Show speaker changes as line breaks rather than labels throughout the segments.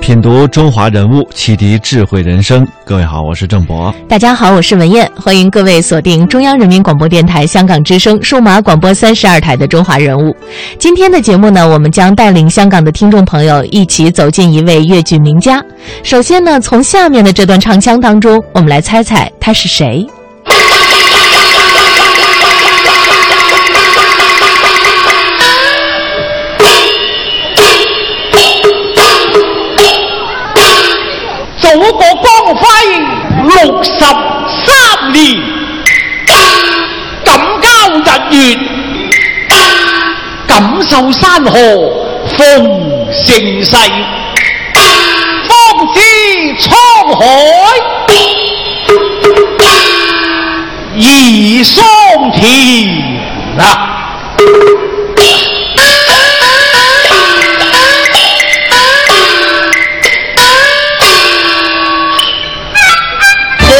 品读中华人物，启迪智慧人生。各位好，我是郑博。
大家好，我是文燕，欢迎各位锁定中央人民广播电台香港之声数码广播三十二台的《中华人物》。今天的节目呢，我们将带领香港的听众朋友一起走进一位粤剧名家。首先呢，从下面的这段唱腔当中，我们来猜猜他是谁。
祖国光輝六十三年，錦交日月，錦繡山河風盛世，方知滄海而桑田啊！海手黃色六十三年，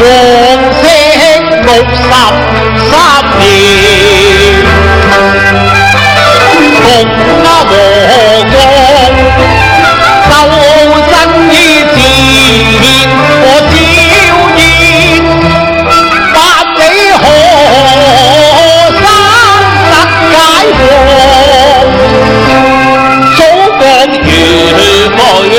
共啊和國，鬥爭於前我硝煙，百里河山得解放，祖國如每日。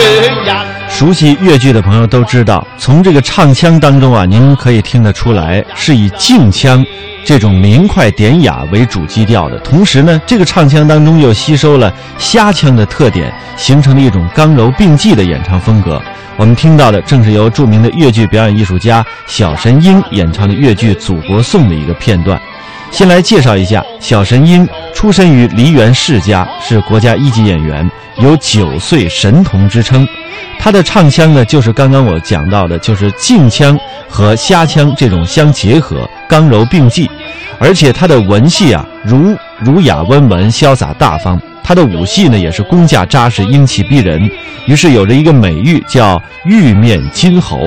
熟悉粤剧的朋友都知道，从这个唱腔当中啊，您可以听得出来，是以京腔这种明快典雅为主基调的。同时呢，这个唱腔当中又吸收了虾腔的特点，形成了一种刚柔并济的演唱风格。我们听到的正是由著名的粤剧表演艺术家小神鹰演唱的粤剧《祖国颂》的一个片段。先来介绍一下小神鹰，出身于梨园世家，是国家一级演员，有“九岁神童”之称。他的唱腔呢，就是刚刚我讲到的，就是京腔和虾腔这种相结合，刚柔并济。而且他的文戏啊，儒儒雅温文，潇洒大方。他的武戏呢，也是工架扎实，英气逼人。于是有着一个美誉叫“玉面金猴”。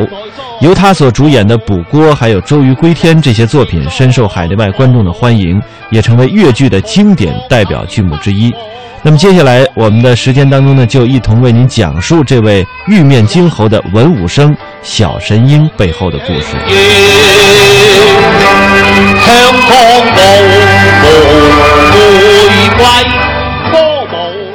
由他所主演的《补锅》还有《周瑜归天》这些作品，深受海内外观众的欢迎，也成为粤剧的经典代表剧目之一。那么接下来我们的时间当中呢，就一同为您讲述这位玉面金猴的文武生小神鹰背后的故事。
香港舞玫瑰歌舞，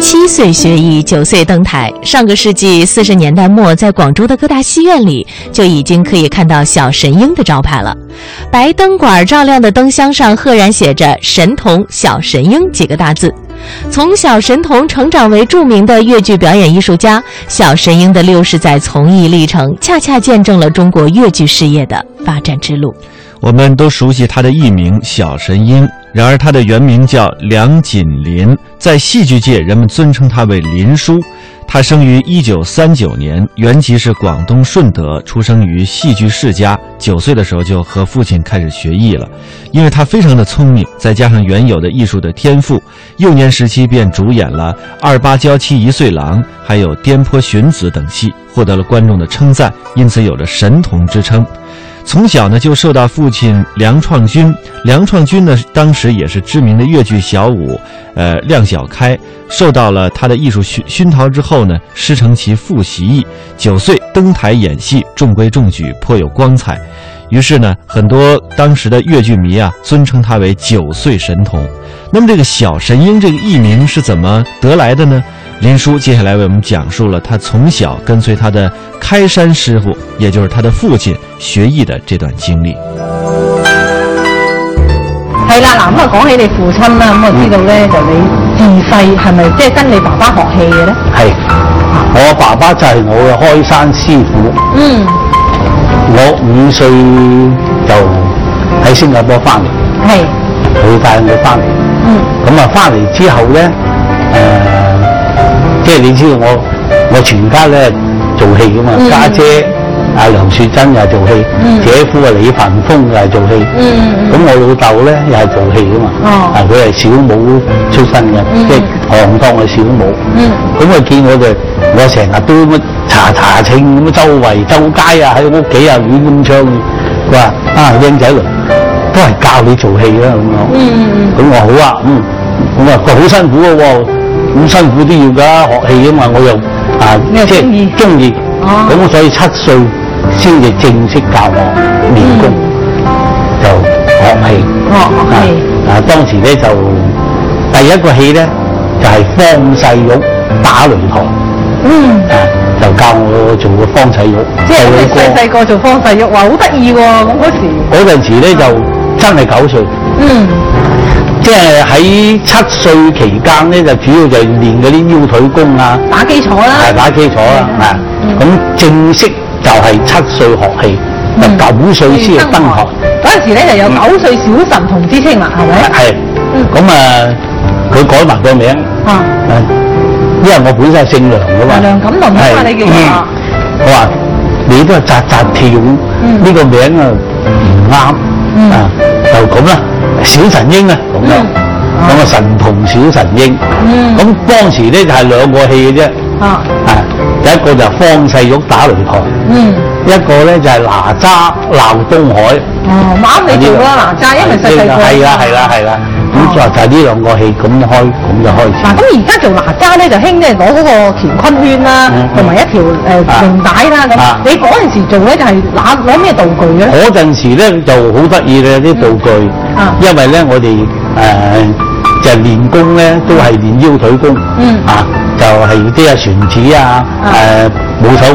七岁学艺，九岁登台。上个世纪四十年代末，在广州的各大戏院里就已经可以看到小神鹰的招牌了。白灯管照亮的灯箱上，赫然写着“神童小神鹰”几个大字。从小神童成长为著名的越剧表演艺术家，小神鹰的六十载从艺历程，恰恰见证了中国越剧事业的发展之路。
我们都熟悉他的艺名小神鹰，然而他的原名叫梁锦麟，在戏剧界人们尊称他为林叔。他生于一九三九年，原籍是广东顺德，出生于戏剧世家。九岁的时候就和父亲开始学艺了，因为他非常的聪明，再加上原有的艺术的天赋，幼年时期便主演了《二八娇妻一岁郎》还有《颠坡寻子》等戏，获得了观众的称赞，因此有着神童之称。从小呢就受到父亲梁创军，梁创军呢当时也是知名的越剧小舞，呃亮小开，受到了他的艺术熏熏陶之后呢，师承其父习艺，九岁登台演戏，中规中矩，颇有光彩。于是呢，很多当时的越剧迷啊，尊称他为“九岁神童”。那么，这个小神鹰这个艺名是怎么得来的呢？林叔接下来为我们讲述了他从小跟随他的开山师傅，也就是他的父亲学艺的这段经历。
係啦，嗱咁啊，講起你父親啦，咁我啊知道咧
嗯
就你自細係咪即係跟你爸爸學戲嘅咧？
係，我爸爸就係我嘅開山師傅。
嗯，
我五歲就喺新加坡翻嚟，
係，
佢帶我翻嚟。
嗯，
咁啊，翻嚟之後咧，誒、即係你知道我我全家咧做戲噶嘛，
嗯
家、姐阿梁雪珍又係做戲，姐夫啊李凡峰又係做戲。
嗯
咁我老豆咧又係做戲噶嘛，
哦
啊佢係小武出身嘅，即係行當嘅小武。
嗯
咁啊見我哋，我成日都乜查查清咁周圍周街啊，喺屋企啊亂咁唱。佢話啊，僆仔嚟，都係教你做戲啦咁樣。
嗯
咁我話好啊，嗯，咁啊佢好辛苦嘅喎，咁辛苦都要㗎，學戲啊嘛，我又啊
你又
即
鍾意
係中意，
哦
咁我所以七歲先至正式教我練功，就學戲。
嗯哦學戲
啊，啊當時咧就第一個戲咧就係、方世玉打擂台，
嗯，
啊就教我做個方世玉，
即係你
細佬哥
細細個做方世玉，話好得意喎，咁嗰時，
嗰陣時咧就真係九歲。
嗯，
即係喺七歲期間咧，就主要就練嗰啲腰腿功啊，
打基礎
係
啦，
打基礎啦，啊，咁正式就係七歲學戲，就九歲先係登嗯學，嗯
嗰陣時咧就有九歲小神童之稱啦，係咪？
係，咁啊，佢改埋個名，
啊，
啊因為我本身係姓梁噶嘛，
梁錦麟啊嘛
係
你叫
嗯
啊
我話你都係扎扎跳，
嗯
呢個名啊唔啱，啊就咁啦，小神英啊咁
嗯
樣，咁啊神童小神英，咁當時咧就係兩個戲嘅啫，
啊，
啊有一個就係方世玉打擂台，
嗯，
一個咧就係哪吒鬧東海。啊
哦，啱你做啦，嗱，齋因為細細個，
係啦係啦係啦，咁
哦
就就係呢兩個戲咁開咁就開始。
嗱，咁而家做哪吒咧就興咧攞嗰個乾坤圈啦
嗯，嗯
同埋一條誒
啊
繩帶啦
啊
咁。你嗰陣時做咧就係拿攞咩道具咧？
嗰陣時咧就好得意嘅啲道具，
啊
因為咧我哋誒、呃就練功咧都係練腰腿功，
嗯
啊就係啲啊旋子啊，誒、
啊
冇手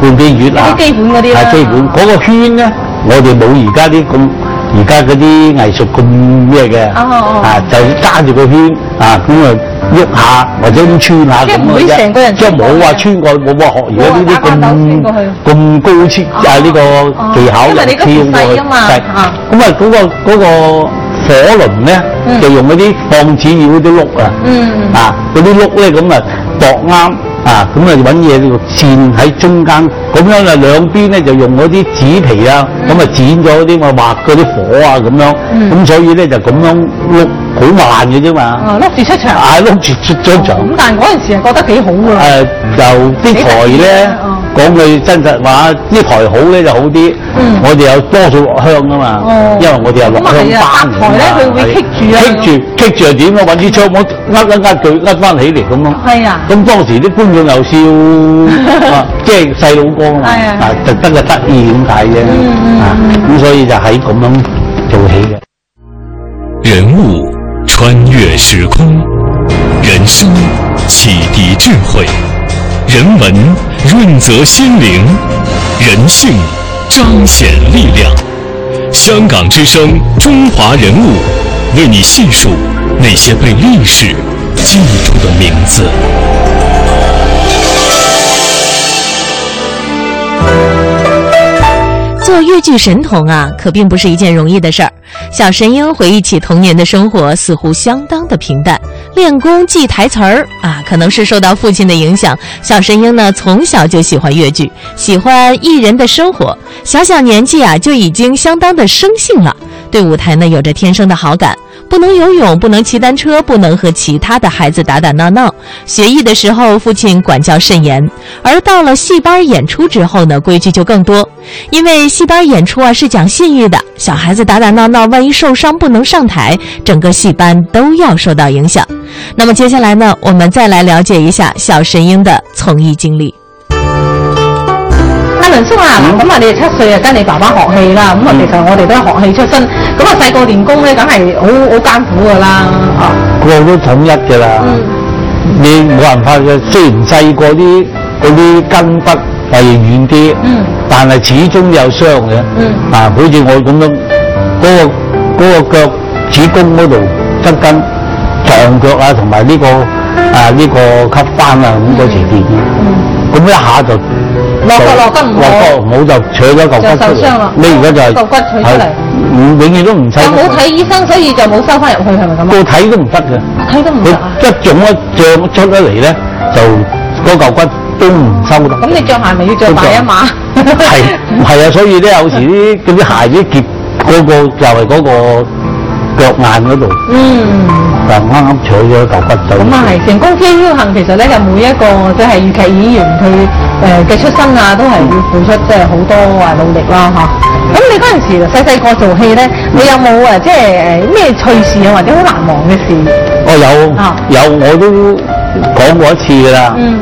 半邊月啊，
一啲基本嗰啲啦
係基本嗰、個圈咧，我哋冇而家啲咁。而家嗰啲藝術咁咩嘅，
哦哦
啊就揸住個圈啊，咁啊喐下或者咁穿下
即係
咁
唔會
嘅啫
成個人
即係冇話穿過，冇話學而家呢
冇話打打手穿過去
啲咁咁高超啊呢個技巧
因為你嗰時
人跳
細
過去
啊嘛
細
啊
咁啊嗰個嗰個火輪咧，
嗯
就用嗰啲放紙鷂嗰啲碌啊，
嗯
啊嗰啲碌咧咁啊度啱啊，咁啊揾嘢呢個線喺中間，咁樣啊兩邊咧就用嗰啲紙皮啊，
嗯
咁啊剪咗啲我畫嗰啲火啊咁樣，咁所以咧就咁樣碌好慢嘅啫嘛，
啊，碌住出場。
啊碌住出張牆。
咁但係嗰陣時係覺得幾好㗎
誒、
啦。
呃就啲台咧
嗯
講句真實話，啲台好咧就好啲。
嗯
我哋有多數落香啊嘛，
哦
因為我哋有落
咁
香
啊
班
係啊搭台咧佢會棘住啊
棘住棘住又點啊？揾支槍我呃呃呃佢呃翻起嚟咁咯。
係啊
咁當時啲觀眾又 笑，啊即係細佬哥啊嘛
係啊，嗯
啊特登嘅得意咁解啫。啊，咁所以就喺咁樣做起嘅。
人物穿越时空，人生启迪智慧，人文润泽心灵，人性彰显力量。香港之声，中华人物，为你细数那些被历史记住的名字。
做越剧神童啊，可并不是一件容易的事儿。小神鹰回忆起童年的生活，似乎相当的平淡。练功记台词儿啊，可能是受到父亲的影响。小神鹰呢，从小就喜欢越剧，喜欢艺人的生活。小小年纪啊，就已经相当的生性了，对舞台呢有着天生的好感。不能游泳，不能骑单车，不能和其他的孩子打打闹闹。学艺的时候，父亲管教甚严，而到了戏班演出之后呢，规矩就更多。因为戏班演出啊是讲信誉的，小孩子打打闹闹，万一受伤不能上台，整个戏班都要受到影响。那么接下来呢，我们再来了解一下小神鹰的从艺经历。
阿倫叔啊，嗱咁啊，你哋七歲啊跟你爸爸學戲啦，咁啊，其實我哋都係學戲出身，咁啊細個練功咧，梗係好好艱苦㗎啦。啊，
個個都統一嘅啦。
嗯
你冇辦法嘅，雖然細個啲嗰啲根筆係遠啲，
嗯
但係始終有傷嘅。
嗯
啊，好似我咁樣，嗰、個嗰、個腳趾公嗰度側筋撞腳啊，同埋呢個啊呢、個吸翻啊咁嗰時變嘅，咁、一下就
嗯落
就
腳落得唔好
落腳唔好就扯咗嚿骨
就
出
受傷
嚟
啦。
你而家就
嚿
係
骨取出嚟
係唔永遠都唔使
又冇睇醫生，所以就冇收翻入去，係咪咁啊？
到睇都唔得嘅。
睇都唔
佢
得啊！
一腫一脹出得嚟咧，就嗰嚿骨都唔收得。
咁你着鞋咪要着大啊一碼？
係係啊，所以咧有時啲嗰啲鞋啲結嗰個就係嗰個腳眼嗰度，
嗯。
就啱啱取咗嚿骨走。
咁啊係，成功 K 呢行其實咧就每一個即係粵劇演員佢誒嘅出身啊，都係要付出即係好多啊努力啦嚇。咁你嗰陣時細細個做戲咧，你有冇啊即係誒咩趣事啊，或者好難忘嘅事？
我
啊
哦有有我都講過一次㗎啦。
嗯，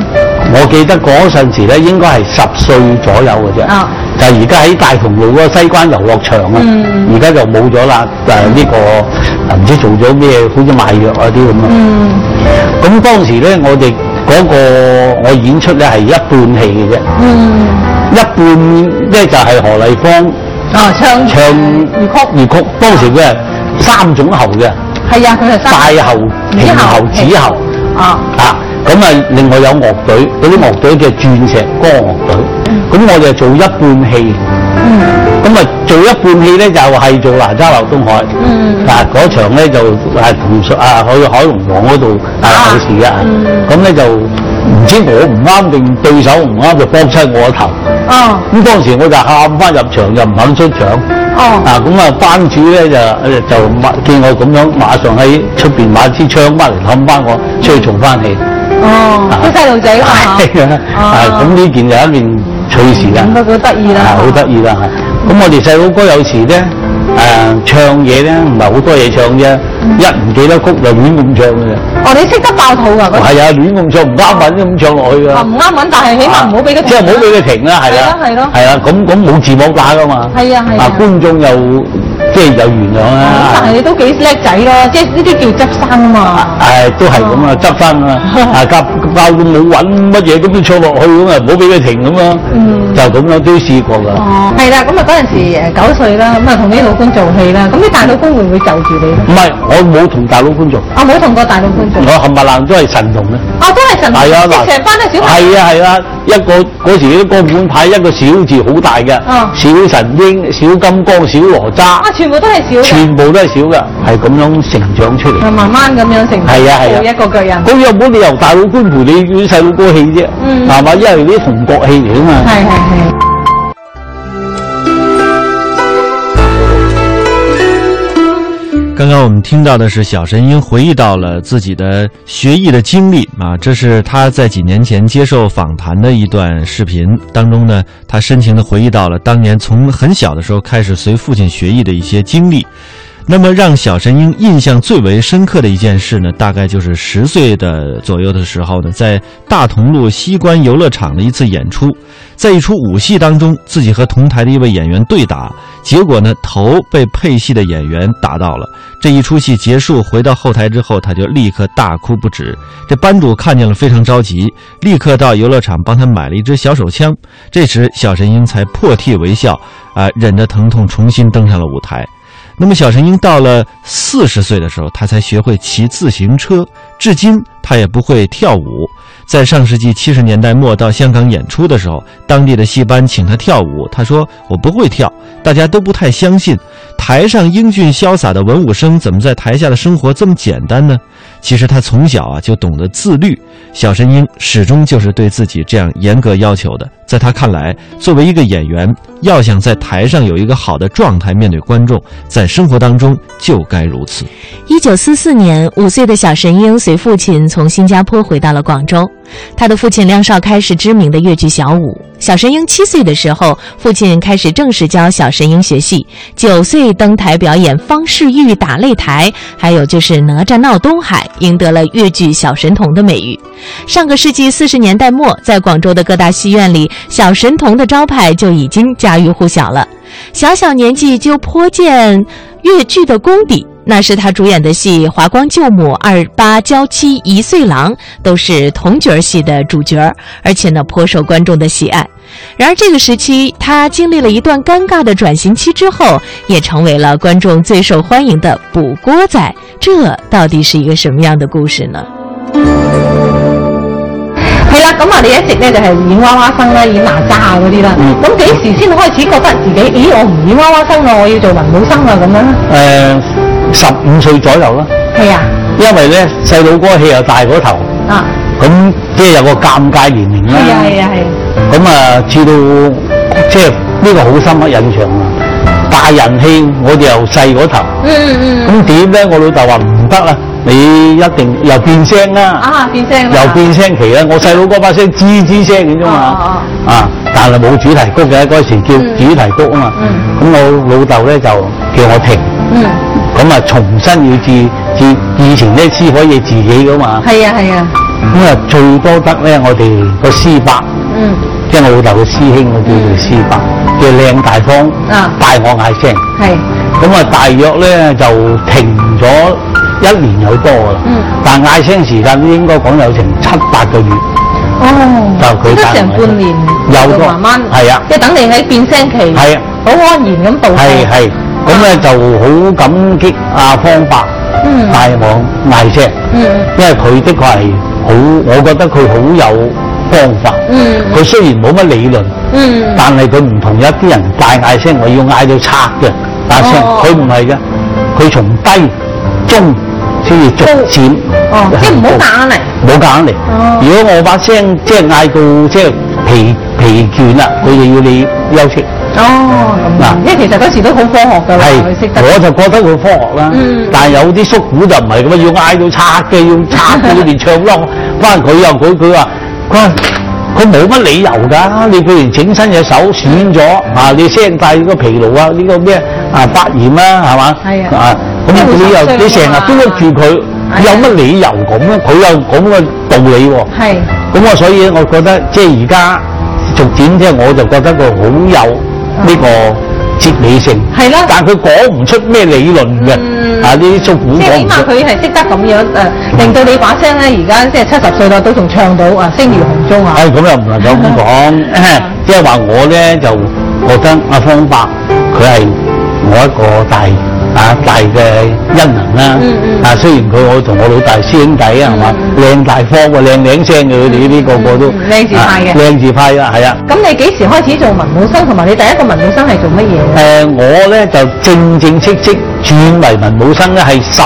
我記得嗰陣時咧，應該係十歲左右嘅啫。
啊
就係而家喺大同路嗰個西關遊樂場啊，
嗯
而家、就冇咗啦。誒、呢、個呃唔知做咗咩，好似賣藥嗰啲咁啊。
嗯
咁當時咧，我哋嗰、個我演出咧係一半戲嘅啫，
嗯，
一半咧就係何麗芳
啊唱
唱
粵曲
粵曲。當時佢係三種喉嘅，
係啊，佢係
大
三
喉、平喉、子喉
啊，
啊。咁啊，另外有樂隊，嗰啲樂隊叫鑽石歌樂隊。咁我就做一半戲，
嗯
咁啊做一半戲咧就係做哪吒鬧東海。
嗯
嗱嗰場咧就係同上啊去海龍王嗰度啊
啊
有事啊
嗯，
咁咧就唔知我唔啱定對手唔啱就搏親我個頭，
哦
咁當時我就喊翻入場就唔肯出場。
哦
啊，咁啊，班主咧就就馬見我咁樣，馬上喺出邊買支槍翻嚟冚翻我，出去重翻戲。
哦，啲細路 仔嘛，
係啊，啊咁呢件就一件趣事啦。
哦嗯咁都好得意啦，
啊，好得意啦！咁我哋細佬哥有時咧，誒、唱嘢咧，唔係好多嘢唱啫，
嗯
一唔記得曲就亂咁唱嘅啫。
哦，你識得爆肚啊嗰時
係啊，亂咁唱唔啱韻咁唱落去㗎。
啊唔啱揾，但係起碼唔好俾佢
即係唔好俾佢停啦，係
係
啦，
咯係咯
係啊，咁咁冇字幕打㗎嘛。
係啊係啊
啊，觀眾又即係有原諒
咁啊但係
啦。
你都幾叻仔咯，即係呢啲叫執生啊嘛。
誒，都係咁
哦
啊，執 翻啊，啊教教到冇韻乜嘢咁都唱落去咁啊，唔好俾佢停咁啊，就咁樣都試過㗎。
嗯哦，係啦，咁啊嗰陣時誒九歲啦，咁啊同啲老公做戲啦，咁啲大老公會唔會就住你咧？
唔係，我冇同大佬觀眾。
我冇同過大老公做
我，冚唪唥都係神童咧。
我都係神童，
係嗯啊，嗱，
嗯即係成班都係小朋友。
係啊係啊，一個嗰時啲光盤牌一個小字好大嘅，
啊
小神鷹、小金剛、小哪吒
啊，，全部都係小嘅，
全部都係小嘅，係咁樣成長出嚟。
慢慢咁樣成長，
係啊係啊
做一個腳印。
咁有冇理由大佬官陪你啲細佬哥戲啫？
嗯
係嘛？因為啲同國戲嚟啊嘛。
係係係。
刚刚我们听到的是小神鹰回忆到了自己的学艺的经历啊，这是他在几年前接受访谈的一段视频当中呢，他深情地回忆到了当年从很小的时候开始随父亲学艺的一些经历。那么让小神鹰印象最为深刻的一件事呢，大概就是十岁的左右的时候呢，在大同路西关游乐场的一次演出，在一出武戏当中，自己和同台的一位演员对打，结果呢头被配戏的演员打到了。这一出戏结束，回到后台之后，他就立刻大哭不止。这班主看见了，非常着急，立刻到游乐场帮他买了一支小手枪。这时，小神鹰才破涕为笑，啊、忍着疼痛重新登上了舞台。那么，小神鹰到了四十岁的时候，他才学会骑自行车，至今他也不会跳舞。在上世纪七十年代末到香港演出的时候，当地的戏班请他跳舞，他说：“我不会跳。”大家都不太相信，台上英俊潇洒的文武生，怎么在台下的生活这么简单呢？其实他从小啊就懂得自律，小神鹰始终就是对自己这样严格要求的。在他看来，作为一个演员，要想在台上有一个好的状态面对观众，在生活当中就该如此。
一九四四年，五岁的小神鹰随父亲从新加坡回到了广州。他的父亲梁少开是知名的粤剧小舞。小神鹰七岁的时候，父亲开始正式教小神鹰学戏。九岁登台表演方世玉打擂台，还有就是哪吒闹东海，赢得了粤剧小神童的美誉。上个世纪四十年代末，在广州的各大戏院里，小神童的招牌就已经家喻户晓了。小小年纪就颇见越剧的功底。那时他主演的戏《华光救母》《二八娇妻一岁郎》都是童角儿戏的主角儿，而且呢颇受观众的喜爱。然而这个时期，他经历了一段尴尬的转型期之后，也成为了观众最受欢迎的补锅仔。这到底是一个什么样的故事呢？
係啦，咁啊你一直咧就係演娃娃生啦，演哪吒啊嗰啲
嗯
啦。咁幾時先開始覺得自己，咦我唔演娃娃生啦，我要做文武生啦咁樣呢？
誒呃十五歲左右啦，
係啊，
因為咧細佬哥戲又大過頭，
啊，
咁即係有個尷尬年齡
係啊係
啦。
啊係啊，
咁啊，至到即係呢個好深刻印象啊！大人戲我哋又細嗰頭，
嗯嗯嗯，
咁點咧？我老豆話唔得啦，你一定又變聲啦。
啊變聲啦，
又變聲期啦，啊我細佬嗰把聲吱吱聲嘅啫
哦
嘛，啊，但係冇主題曲嘅嗰時叫
嗯
主題曲啊嘛，咁我老豆咧就叫我停，
嗯，
咁啊重新要自自以前咧師可以自己噶嘛，
係啊係啊，
咁啊最多得咧我哋個師伯，
嗯
即係我老豆嘅師兄，我叫佢師伯，叫靚大方
啊，
帶我嗌聲，
係，
咁啊大約咧就停咗一年有多啦
嗯，
但嗌聲時間都應該講有成七八個月。
哦，
就佢
應該成半年，
有
就
多
慢慢，
係啊
即係等你喺變聲期，
係啊
好安然咁度過，
係係，咁咧就好感激阿方伯
啊嗯
帶我嗌聲，
嗯
因為佢的確係好，我覺得佢好有方法。
嗯
佢雖然冇乜理論，
嗯，
但係佢唔同一啲人大嗌聲，我要嗌到拆嘅大聲，
哦
佢唔係嘅，佢從低中先至逐漸
哦，即係唔好夾硬嚟，
冇夾硬嚟。
哦
如果我把聲即係嗌到即係疲疲倦啦，佢就要你休息。
哦咁樣，
嗱
因為其實嗰時都好科學㗎啦，
係
佢識，得，
我就覺得佢科學啦。
嗯
但係有啲叔父就唔係咁啊，要嗌到拆嘅，要拆嘅，連唱咯。翻佢又佢佢話佢話佢冇乜理由㗎，你譬如整親隻手損咗啊，你聲帶個疲勞啊，呢、個咩啊發炎啊，係嘛？
係啊
咁
因為受
你又
傷
你成日
啊
都喐住佢，
係啊
有乜理由咁咧？佢有咁嘅道理喎、
係，啊
咁我所以我覺得即係而家逐漸即係我就覺得佢好有呢個哲理性，
係啦
但佢講唔出咩理論嘅，
嗯
啊呢啲叔父
即係
講
起
唔
碼
出，
佢係識得咁樣誒、呃令到你把聲咧而家即係七十歲啦都仲唱到啊聲如洪鐘啊，
唉哎咁又唔能夠咁講，
嗯
即係話我咧就覺得阿方伯佢係我一個大啊大嘅恩人啦
嗯，嗯
啊雖然佢我同我老大師兄弟啊係嘛靚大方啊喎靚靚聲嘅佢哋呢啲個個都
嗯靚字派嘅
啊靚字派啦係啊。
咁你幾時開始做文武生，同埋你第一個文武生係做乜嘢啊
誒、
嘅？
呃我咧就正正式式轉為文武生咧，係十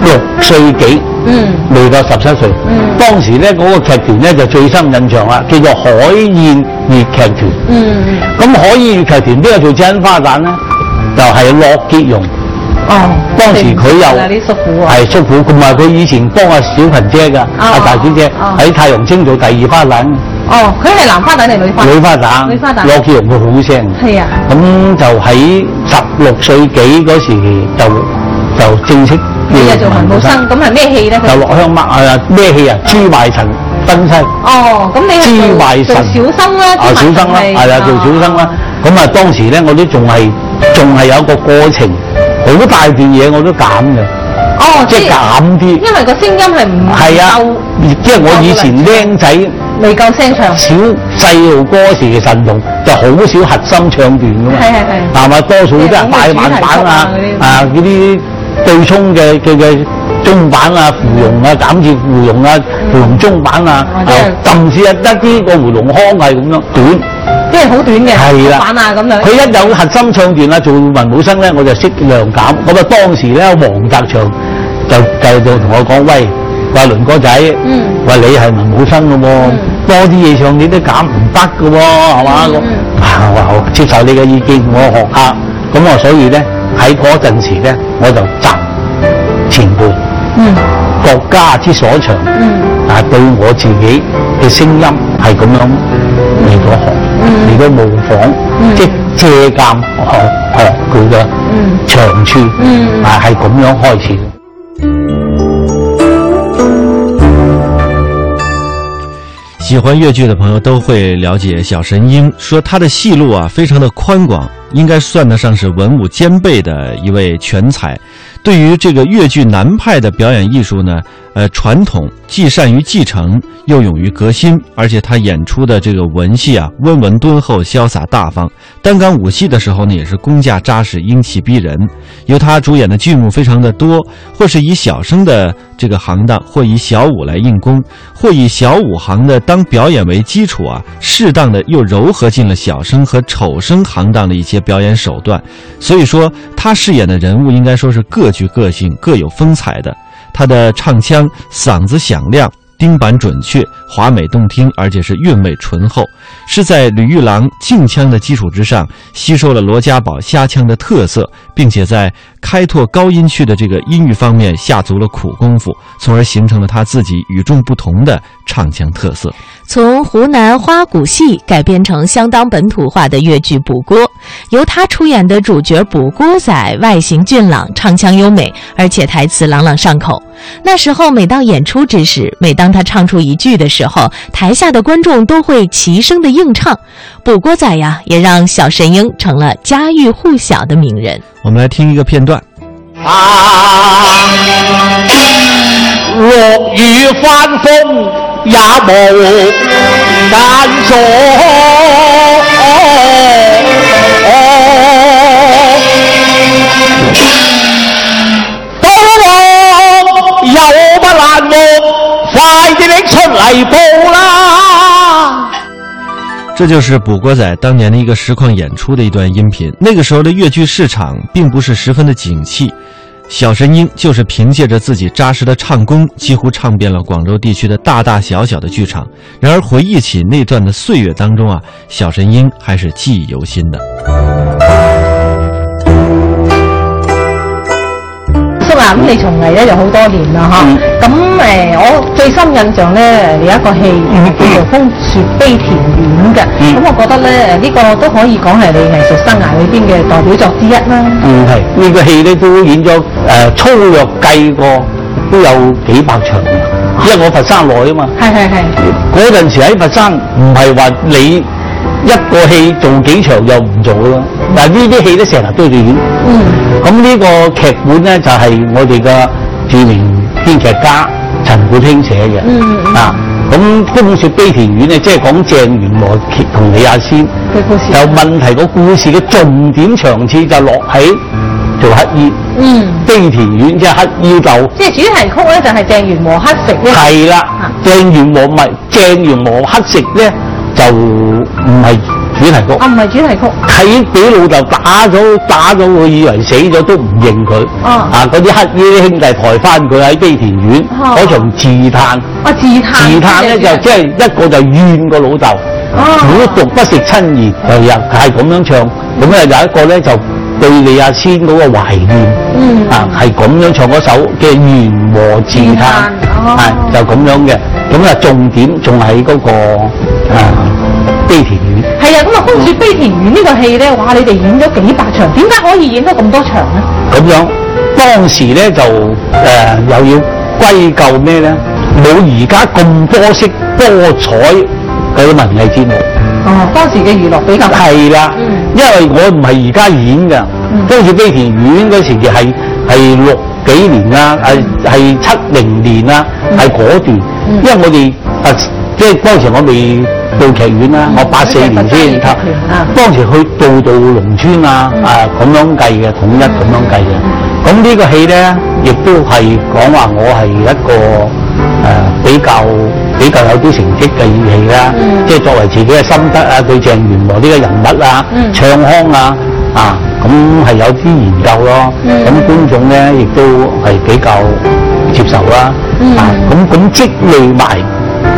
六歲幾，
嗯，
未到十七歲。
嗯
當時咧嗰、個劇團咧就最深印象啦，叫做海燕粵劇團。
嗯，
咁海燕粵劇團邊個做真花旦咧？就係、駱潔容。
哦，
當時佢
你唔識㗎啦
又
啲叔父啊，
係叔父，同埋佢以前幫阿小群姐㗎，阿、大小姐
哦
喺太陽星做第二花旦。
哦，佢係男花旦定女花？
女花旦，
女花旦
羅潔容佢好聲，
係啊
咁就喺十六歲幾嗰時就就正式
你又做文武生，，咁係咩戲咧？
就
佢
落鄉麥啊咩戲啊？朱懷陳分身，
哦，咁你係
朱懷
做
神
做小生啦，
啊
朱懷
小生
神
啦，係啊做小生啦。咁啊當時咧我都仲係仲係有一個過程，好大段嘢我都減嘅，
哦，
即係減啲，
因為個聲音係唔
係啊
夠，
即係我以前僆仔。
未夠聲唱，
小細路歌時嘅神童就好少核心唱段噶嘛，
係係係
係咪？多數都係快慢板啊
即係冇咩主題曲啊嗰啲，
啊嗰啲對沖嘅嘅嘅中板啊、芙蓉啊、減至芙蓉啊、芙蓉中板啊
或哦者係，
甚至係得啲個芙蓉腔係咁樣短，
即係好短嘅，
係啦
好板啊咁樣。
佢一有核心唱段啊，做文武生咧，我就適量減。咁啊，當時咧，黃澤祥就就就同我講：喂，話倫哥仔，
嗯
話你係文武生嘅喎，多啲嘢唱你都減唔得嘅喎，係嘛？
嗯
咁啊，我話好接受你嘅意見，我學下。咁我所以咧喺嗰陣時咧，我就集前輩
嗯
國家之所長，
嗯
但係對我自己嘅聲音係咁樣嚟咗學，
嗯
嚟咗模仿，即係借鑑學學佢嘅長處，
嗯
啊係咁樣開始。
喜欢越剧的朋友都会了解小神鹰，说他的戏路啊非常的宽广，应该算得上是文武兼备的一位全才。对于这个越剧南派的表演艺术呢，呃传统，既善于继承，又勇于革新，而且他演出的这个文戏啊，温文敦厚、潇洒大方。单干武戏的时候呢，也是工架扎实、英气逼人。由他主演的剧目非常的多，或是以小生的这个行当，或以小武来硬攻，或以小武行的当表演为基础啊，适当的又柔合进了小生和丑生行当的一些表演手段。所以说，他饰演的人物应该说是各具个性、各有风采的。他的唱腔、嗓子响亮。钉板准确、华美动听，而且是韵味醇厚，是在吕玉郎京腔的基础之上，吸收了罗家宝虾腔的特色，并且在开拓高音区的这个音域方面下足了苦功夫，从而形成了他自己与众不同的唱腔特色。
从湖南花鼓戏改编成相当本土化的越剧《补锅》，由他出演的主角补锅仔外形俊朗，唱腔优美，而且台词朗朗上口。那时候每到演出之时，每当他唱出一句的时候，台下的观众都会齐声的应唱。补锅仔呀，也让小神鹰成了家喻户晓的名人。
我们来听一个片段。
啊，落雨翻风也无难所。都有乜栏目，快啲拎出嚟報啦！
这就是补锅仔当年的一个实况演出的一段音频。那个时候的越剧市场并不是十分的景气，小神鹰就是凭借着自己扎实的唱功，几乎唱遍了广州地区的大大小小的剧场。然而回忆起那段的岁月当中啊，小神鹰还是记忆犹新的。
蘇南啊你從藝咧就好多年啦
嗯
嚇，咁誒、我最深印象咧有一個戲
嗯
叫做《風雪悲田園》嘅，咁、我覺得咧呢、個都可以講係你藝術生涯裏邊嘅代表作之一啦。
嗯，係呢、個戲咧都演咗誒、呃粗略計過都有幾百場，因為我佛山來啊嘛。
係係係，
嗰陣時喺佛山唔係話你一個戲做幾場又唔做咯，但係呢啲戲咧成日都要演。
嗯
咁呢個劇本咧就係、我哋嘅著名編劇家陳冠興寫嘅。
嗯嗯
啊，咁《風雪悲田院》咧，即係講鄭元和同李亞仙。
嘅故事。
有問題個故事嘅重點場次就落喺做乞衣
嗯，
悲田院，即係乞衣鬥。
即係主題曲咧就係鄭元和黑食呢個。
係啦，鄭元和咪鄭元和乞食咧就唔係主題曲
啊，，唔係主題曲。
係俾老豆打咗打咗，佢以為死咗都唔認佢。
啊
啊，嗰啲乞衣啲兄弟抬翻佢喺悲田院
啊
嗰場自嘆。
啊，自嘆。
自嘆咧就即係一個就怨個老豆，虎毒不食親兒，就又係咁樣唱。咁咧有一個咧就對李亞仙嗰個懷念，
嗯
啊係咁樣唱嗰首嘅《緣和
自》，
自嘆
嘆
啊
哦
就咁樣嘅。咁啊重點仲喺嗰個啊悲田院。
係啊，咁啊《風雪悲田園》呢個戲咧，哇！你哋演咗幾百場，點解可以演到咁多場咧？
咁樣當時咧就誒、呃又要歸咎咩咧？冇而家咁多色多彩嗰啲文藝節目。
哦，當時嘅娛樂比較大。
係啦，
嗯
因為我唔係而家演㗎，跟住悲田院嗰時係係六幾年啊，係係七零年啊，係嗰段，因為我哋啊即係當時我未到劇院啦，我八四年先
八四年啊
當時去到到農村啊，啊咁樣計嘅，統一咁樣計嘅。咁呢個戲咧，亦都係講話我係一個誒、呃比較比較有啲成績嘅演戲啦，即係作為自己嘅心得啊，對鄭元和呢個人物啊、唱腔啊啊，咁係有啲研究咯。咁、觀眾咧亦都係比較接受啦。啊，咁咁積累埋。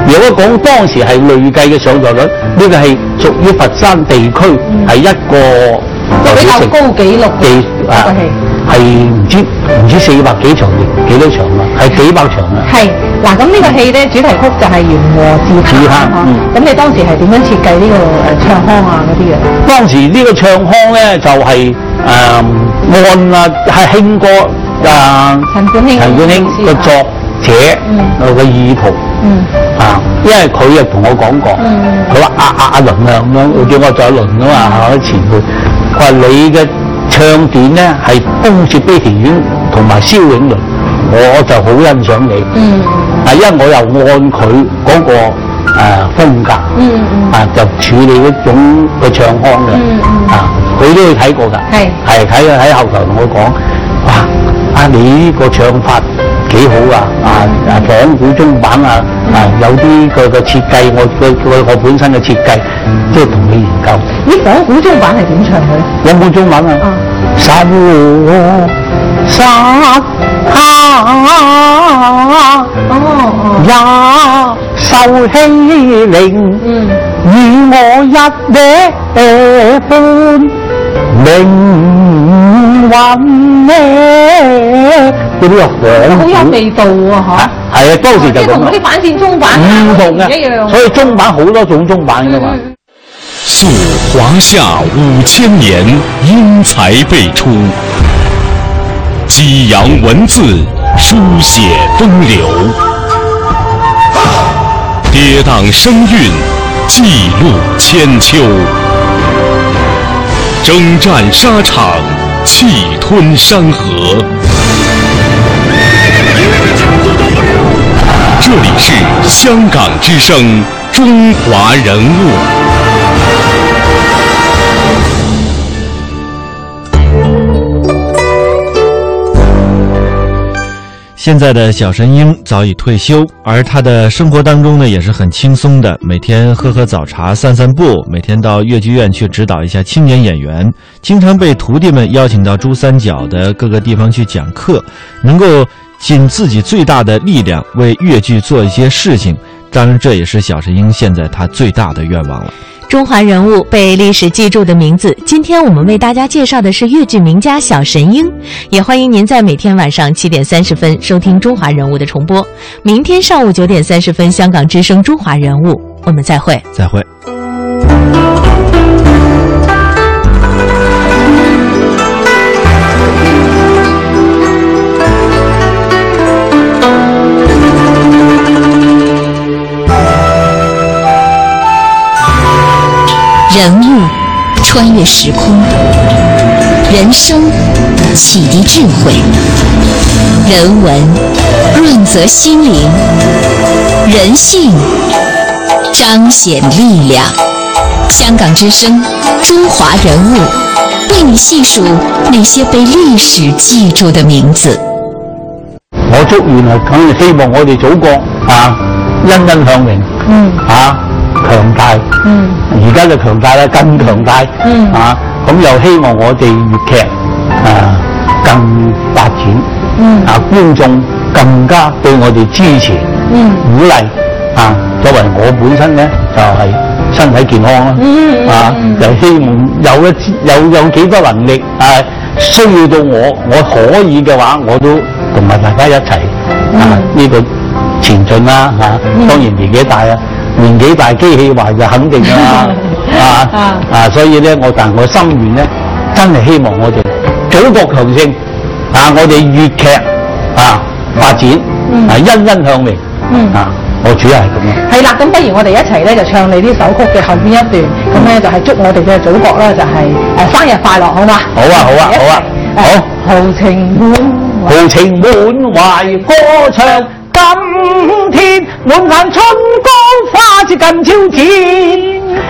如果講當時係累計嘅上座率，呢、個係屬於佛山地區係一個
就嗯比較高紀錄嘅
地
一個
啊
戲，
係唔知唔知四百幾場定幾多場啦，係幾百啊場 啦。
係嗱，咁呢個戲咧主題曲就係《緣和自嘆》
自嘆
啊
嗯
咁你當時係點樣設計呢個誒唱腔啊嗰啲嘅？
當時呢個唱腔咧就係、誒、按啊係興哥啊
陳冠興
陳冠興個作者
嗯
佢個意圖。
嗯，
啊，因為佢又同我講過，
嗯
佢話阿阿阿倫啊咁樣，佢叫我做阿倫啊嘛，係我前輩。佢話你嘅唱段咧係《風雪悲田院》同埋蕭永倫我就好欣賞你。
嗯
啊，因為我又按佢嗰、個呃風格，
嗯嗯
啊就處理嗰種嘅唱腔嘅，
嗯嗯
啊佢都有睇過㗎，
係
係睇佢喺後頭同我講，哇啊你呢個唱法幾好啊，啊啊仿古中版啊，啊有啲佢嘅設計，我佢佢我本身嘅設計，即係同佢研究。
咦，仿古中版係點唱嘅咧？
有冇中文啊
嗯？
沙我沙哈
哦
也受欺凌
哦，，嗯。
與我一夜半命運呢？嗰啲又
好有哎味道喎，
係
嚇！
係啊，當時就
即係
咁
同嗰啲
啦
反戰中版啊
唔同
唔一樣嗯
嘅，。所以中版好多種中版噶嘛。
溯华夏五千年，英才辈出，激扬文字，书写风流，跌宕声韵，记录千秋，征战沙场，气吞山河。这里是香港之声，中华人物。
现在的小神鹰早已退休，而他的生活当中呢也是很轻松的，每天喝喝早茶、散散步，每天到越剧院去指导一下青年演员，经常被徒弟们邀请到珠三角的各个地方去讲课，能够尽自己最大的力量为越剧做一些事情。当然，这也是小神鹰现在他最大的愿望了。
中华人物被历史记住的名字。今天我们为大家介绍的是越剧名家小神鹰，也欢迎您在每天晚上七点三十分收听《中华人物》的重播。明天上午九点三十分，香港之声《中华人物》，我们再会。
再会。
人物穿越时空，人生启迪智慧，人文润泽心灵，人性彰显力量。香港之声，中华人物，为你细数那些被历史记住的名字。
我祝願啊，梗係希望我哋祖國啊欣欣向榮，
嗯
啊強大，
嗯
而家就強大啦，更強大，
嗯
啊咁又希望我哋粵劇啊更發展，
嗯
啊觀眾更加對我哋支持、
嗯
鼓勵啊，作為我本身咧就係、身體健康啦，
嗯嗯
啊
嗯
就希望有一有有幾多能力啊，需要到我我可以嘅話，我都同埋大家一齊啊
嗯
呢、個前進啦嚇、啊當然年紀大啊，年紀大機器壞就肯定 啦啊
啊
啊，所以咧我但我心願咧，真係希望我哋祖國強盛啊，我哋粵劇啊發展、
嗯
啊欣欣向榮、
嗯
啊，我主要係咁樣。
係啦，咁不如我哋一齊咧就唱你呢首曲嘅後邊一段，咁咧就係祝我哋嘅祖國啦，就係、誒生日快樂，好嘛？
好啊好啊
一
好啊
齊誒
好
豪情滿懷
豪情滿懷歌唱，今天滿眼春光花似近朝剪。